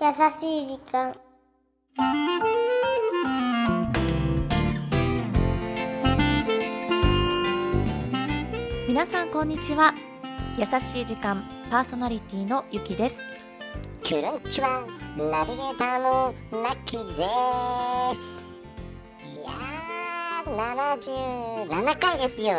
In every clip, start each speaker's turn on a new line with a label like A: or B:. A: 優しい時間
B: 皆さんこんにちは優しい時間パーソナリティのゆきです
C: キュルンチはナビゲーターのラッキーですいやー77回ですよ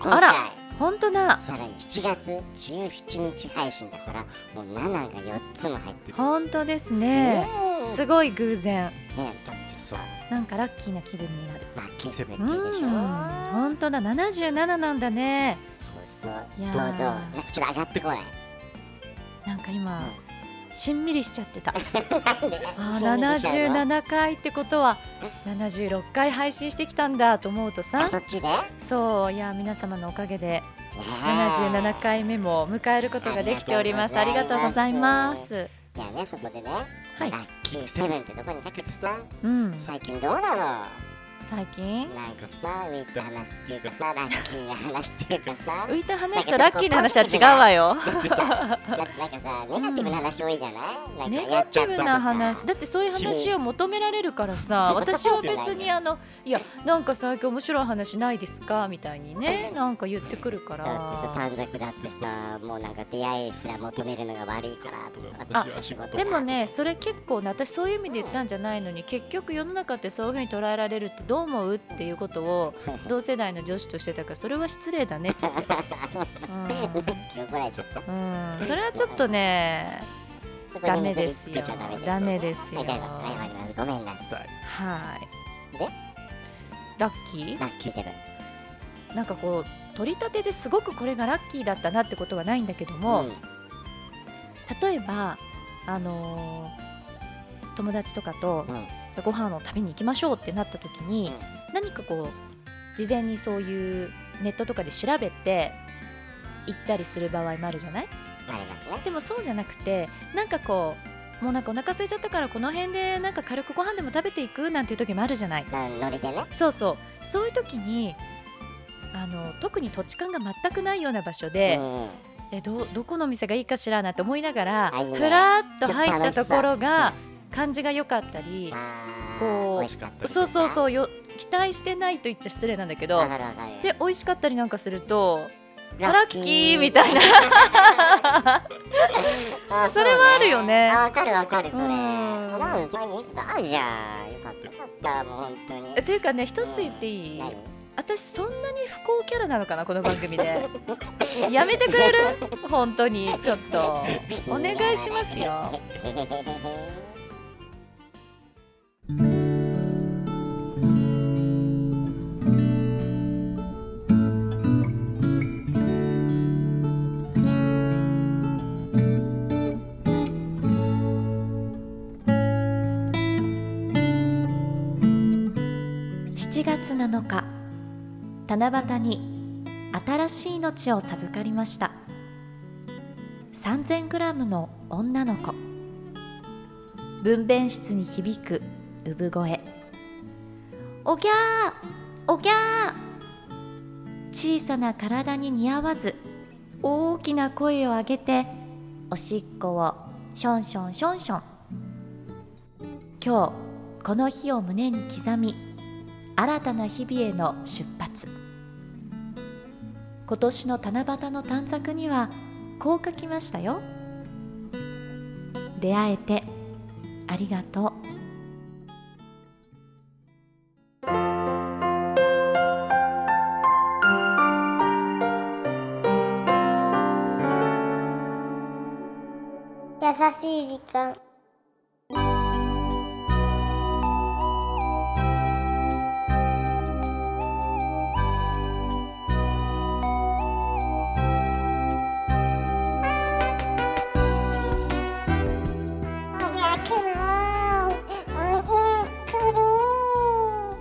C: 今回
B: あら本当だ
C: さらに7月17日配信だからもう7が4つも入ってる
B: 本当です
C: ね
B: ねすごい偶然
C: ねだってさ
B: なんかラッキーな気分になる
C: ラッキーセブン
B: う
C: っていうんでしょ
B: ん本当だ77なんだね
C: そうそう
B: いやー
C: どうどうなんかちょっと上がってこない
B: なんか今しんみりしちゃって た
C: なんで
B: あ
C: 信じちゃうの
B: 77回ってことは76回配信してきたんだと思うと
C: あ
B: さ
C: そっちでね
B: そういや皆様のおかげで
C: え
B: 77回目も迎えることができておりますあ
C: あ
B: り
C: り
B: が
C: が
B: と
C: と
B: う
C: う
B: ご
C: ご
B: ざ
C: ざ
B: い
C: い
B: ま
C: ますいやねそこでね、
B: はい
C: ラッキーセブンってとこにかけてさ
B: うん
C: 最近どうな
B: 最近
C: のなんかさウィット話っていうかさラッキーな話っていうかさ
B: 浮いた話とラッキーな話は違うわよ
C: だってさななんかさネガティブな話多いじゃない、な
B: ネ
C: んかや
B: ガ
C: っち
B: テ
C: ゃった
B: ィブ
C: とか
B: な話だってそういう話を求められるからさ私は別にあのいやなんか最近面白い話ないですかみたいにねなんか言ってくるか
C: だってさ
B: ら
C: 短冊だってさもうなんか出会いすら求めるのが悪いからとか
B: あ
C: 私は仕事が
B: でもねそれ結構ね私そういう意味で言ったんじゃないのに結局世の中ってそういうふうに捉えられるってどう思うっていうことを 同世代の女子としてたからそれは失礼だねって言ってた、
C: ラッキー怒られちゃった
B: うんうん、それはちょっとね
C: そこ
B: ダ
C: に
B: メ
C: 結
B: で
C: び
B: す
C: つ
B: よ
C: けちゃダメです
B: ダメです
C: は
B: よ
C: いじゃあ謝りますごめんなさい
B: はい。
C: で
B: ラッキー
C: ラッキーセブン
B: なんかこう取り立てですごくこれがラッキーだったなってことはないんだけども、
C: ん
B: 例えば、あのー友達とかと
C: うんうん
B: じゃあご飯を食べに行きましょうってなった時に、何かこう事前にそういうネットとかで調べて行ったりする場合もあるじゃない
C: ありますね
B: でもそうじゃなくてなんかこうもうなんかお腹空いちゃったからこの辺でなんか軽くご飯でも食べていくなんていう時もあるじゃない
C: なノリでね
B: そうそうそういう時にあの特に土地勘が全くないような場所で、
C: うん
B: えどどこの店がいいかしらなって思いながら
C: あいいね
B: ふらっと入った
C: ちょっと楽し
B: と
C: そう
B: ころが感じが良かったり、
C: あー
B: こう
C: 美味しかったりとか
B: そうそうそうよ期待してないと言っちゃ失礼なんだけど
C: わかるわかる
B: で美味しかったりなんかすると あラッキーみたいな
C: あ
B: それはあるよね
C: そうあわかるわかるそれ
B: うん
C: なん最近いいことあるじゃんよかったよかったもう本当に
B: っていうかね一つ言っていい
C: 何
B: 私そんなに不幸キャラなのかなこの番組でやめてくれる本当にちょっとお願いします よ7月7日七夕に新しい命を授かりました 3000g の女の子分娩室に響く産声おぎゃーおぎゃー小さな体に似合わず大きな声を上げておしっこをションションションション今日この日を胸に刻み新たな日々への出発今年の七夕の短冊にはこう書きましたよ出会えてありがとう
A: 優しい時間
C: おぎゃくろーおぎゃくろーおぎ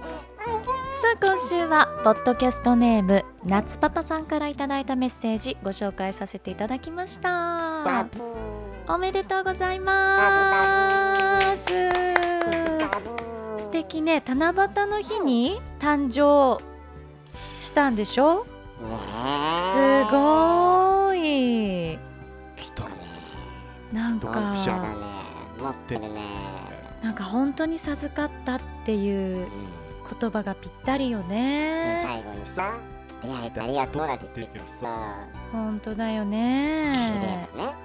C: ゃ
B: さあ今週はポッドキャストネーム夏パパさんからいただいたメッセージご紹介させていただきまし
C: ダ
B: た
C: ブー
B: おめでとうございます
C: ダブー
B: 素敵ね七夕の日に誕生したんでしょ
C: ね
B: す
C: え
B: ごーい
C: 来たね
B: なん
C: ドンピシャだ
B: か
C: ね
D: 持ってるね。
B: なんか本当に授かったっていう
D: うん
B: 言葉がぴったりよ
D: で
B: ね
D: 最後にさ、出会えてありがとうなんて言ってくるさ、
B: 本当だよ
D: 綺麗
B: ね
D: だね。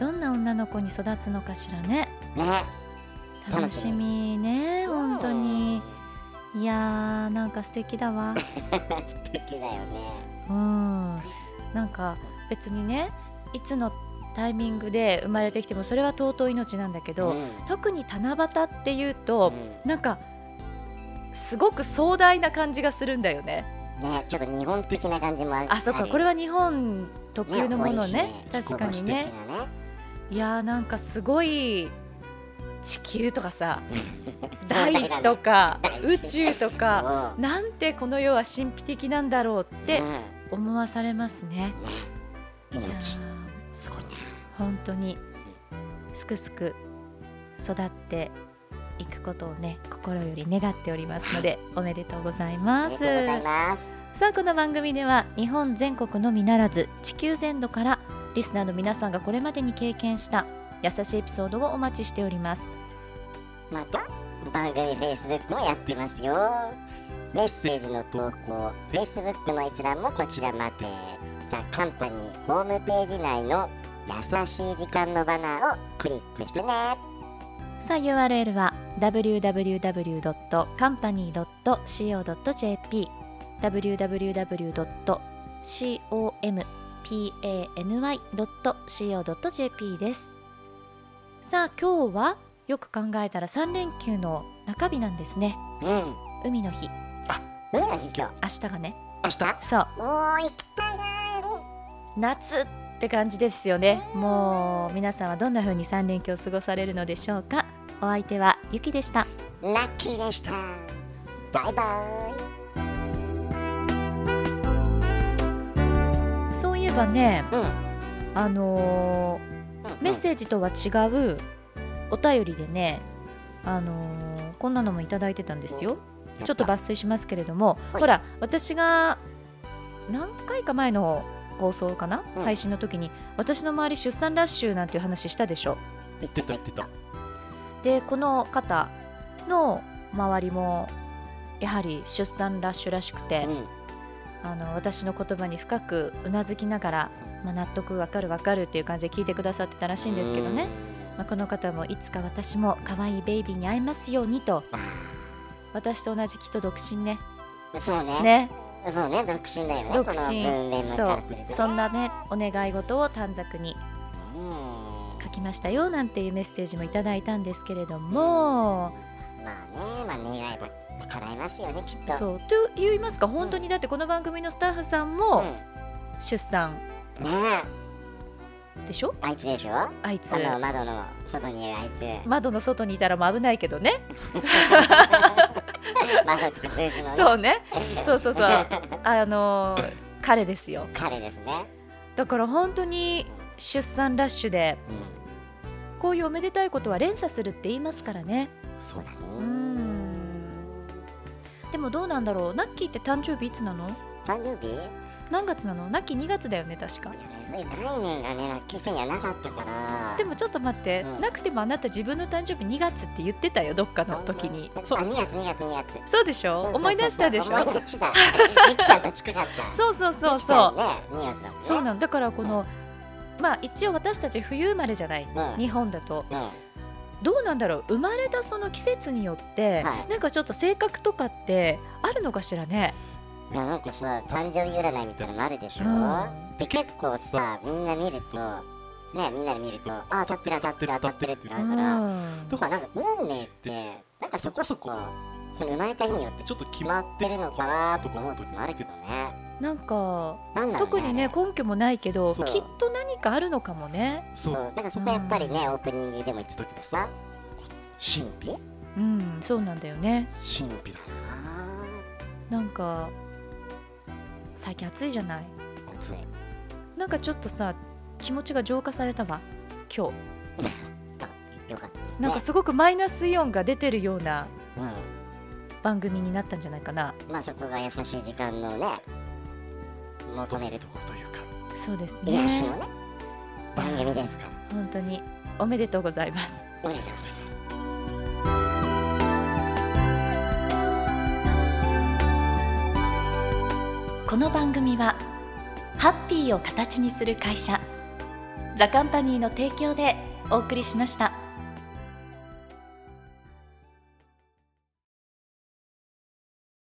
B: どんな女の子に育つのかしらね
D: ね。
B: 楽しみね本当に
D: うん。
B: いやーなんか素敵だわ
D: 素敵だよね。
B: うんなんか別にねいつのタイミングで生まれてきてもそれは尊い命なんだけど、
D: うん
B: 特に七夕っていう
D: う
B: と
D: ん
B: なんかすごく壮大な感じがするんだよね
D: ね、ちょっと日本的な感じもある。
B: あそっかこれは日本特有のものね確かにね。いやーなんかすごい地球とかさ大地とか
D: 大
B: 宇
D: 地
B: 宙とか
D: か
B: なんてこの世は神秘的なんだろうって
D: ね、
B: 思わされますね。いやー
D: 命すごいな。
B: 本当にすくすく育っていくことをね心より願っております のでおめでとうござい
D: あ
B: ます
D: りがとうございます。
B: さあこの番組では日本全国のみならず地球全土からリスナーの皆さんがこれまでに経験した優しいエピソードをお待ちしております
D: また番組 Facebook もやってますよ。メッセージの投稿、Facebook の閲覧もこちらまで。ザ・カンパニーホームページ内の優しい時間のバナーをクリックしてね。
B: さあ URL は www.company.co.jp www.company.co.jp ですさあ今日はよく考えたら3連休の中日なんですね
D: うん。
B: 海の日
D: 海の日今日。
B: 明日がね
D: 明日
B: そう
D: おー、行きたいなー。
B: 夏って感じですよねもう皆さんはどんな風に3連休を過ごされるのでしょうかお相手はゆきでした
D: ラッキーでした。バイバイ。
B: そういえばね
D: うん
B: あのー
D: うんうん
B: メッセージとは違うお便りでね、あのーこんなのもいただいてたんですよ。ちょっと抜粋しますけれども、
D: はい
B: ほら私が何回か前の放送かな、
D: うん
B: 配信の時に私の周り出産ラッシュなんていう話したでしょ。
D: 言ってた言ってた。
B: でこの方の周りもやはり出産ラッシュらしくて、
D: うん
B: あの私の言葉に深くうなずきながら、まあ、納得わかるわかるっていう感じで聞いてくださってたらしいんですけどね。。まあ、この方もいつか私も可愛いベイビーに会えますようにと私と同じきっと独身ね
D: うんそうね。
B: ね
D: そうね、独身だよね。
B: 独
D: この
B: 身
D: 文面の
B: そうそん
D: な。
B: なねお願い事を短冊に
D: うん
B: 書きましたよなんていうメッセージもいただいたんですけれども
D: まあね、まあ願いは叶いますよね、きっと。
B: そうと言いますか本当にだってこの番組のスタッフさんも
D: ん
B: 出産
D: ねえ、
B: でしょ
D: あいつでしょあ
B: あいつ
D: の窓の外にいるあ いつ。
B: 窓の外にいたらもう危ないけどね
D: 窓ってブースのね
B: そうねそうそうそう あのー彼ですよ
D: 彼ですね。
B: だから本当に出産ラッシュで
D: うん
B: こういうおめでたいことは連鎖するって言いますからね。
D: そうだ
B: うー
D: ね。
B: ん。でもどうなんだろう。ナッキーって誕生日いつなの？
D: 誕生日
B: 何月なの？ナッキー2月だよね確か
D: い。やねそういう概念がね、ラッキー戦にはなかったから。
B: でもちょっと待って、
D: うん
B: なくてもあなた自分の誕生日2月って言ってたよどっかの時に。
D: そう、あ、2月、2月、2月。
B: そうでし
D: そうそうそ
B: ょ？
D: う
B: 思い出したでしょ？
D: 思い出した。ゆきさんと近かった。
B: そうそうそう
D: ゆきさ
B: そ
D: ん
B: う。
D: ね、2月だもんね。
B: そうなの。だからこの、まあ一応私たち冬生まれじゃない。
D: の。
B: 日本だと
D: うん。うん。
B: どうなんだろう生まれたその季節によって、
D: はい
B: なんかちょっと性格とかってあるのかしらね。
D: いやなんかさ誕生日占いみたいなのあるでしょ、
B: うん
D: で結構さみんな見るとねみんなで見るとあ当たってる当たってる当たってるってなるから、
B: うん
D: とかなんか運命ってなんかそこそこその生まれた日によってちょっと決まってるのかなとか思う時もあるけどね
B: なんか
D: なんだろう
B: 特にね根拠もないけど
D: そう
B: きっと何かあるのかもね。
D: そうなんかそこはやっぱりね、オープニングでも言ってたけどさ神秘
B: うん、そうなんだよね。
D: 神秘だ
B: なんか最近暑いじゃない。
D: な暑い
B: なんかちょっとさ気持ちが浄化されたわ今日。
D: よかったです
B: な
D: ね
B: んかすごくマイナスイオンが出てるような
D: う
B: 番組になったんじゃないかな。
D: ん、まあそこが優しい時間のね求めるところというか
B: そうです
D: 癒しの
B: ね。
D: ね番組ですから
B: 本当におめでとうございます。
C: お願いします。
B: この番組はハッピーを形にする会社ザカンパニーの提供でお送りしました。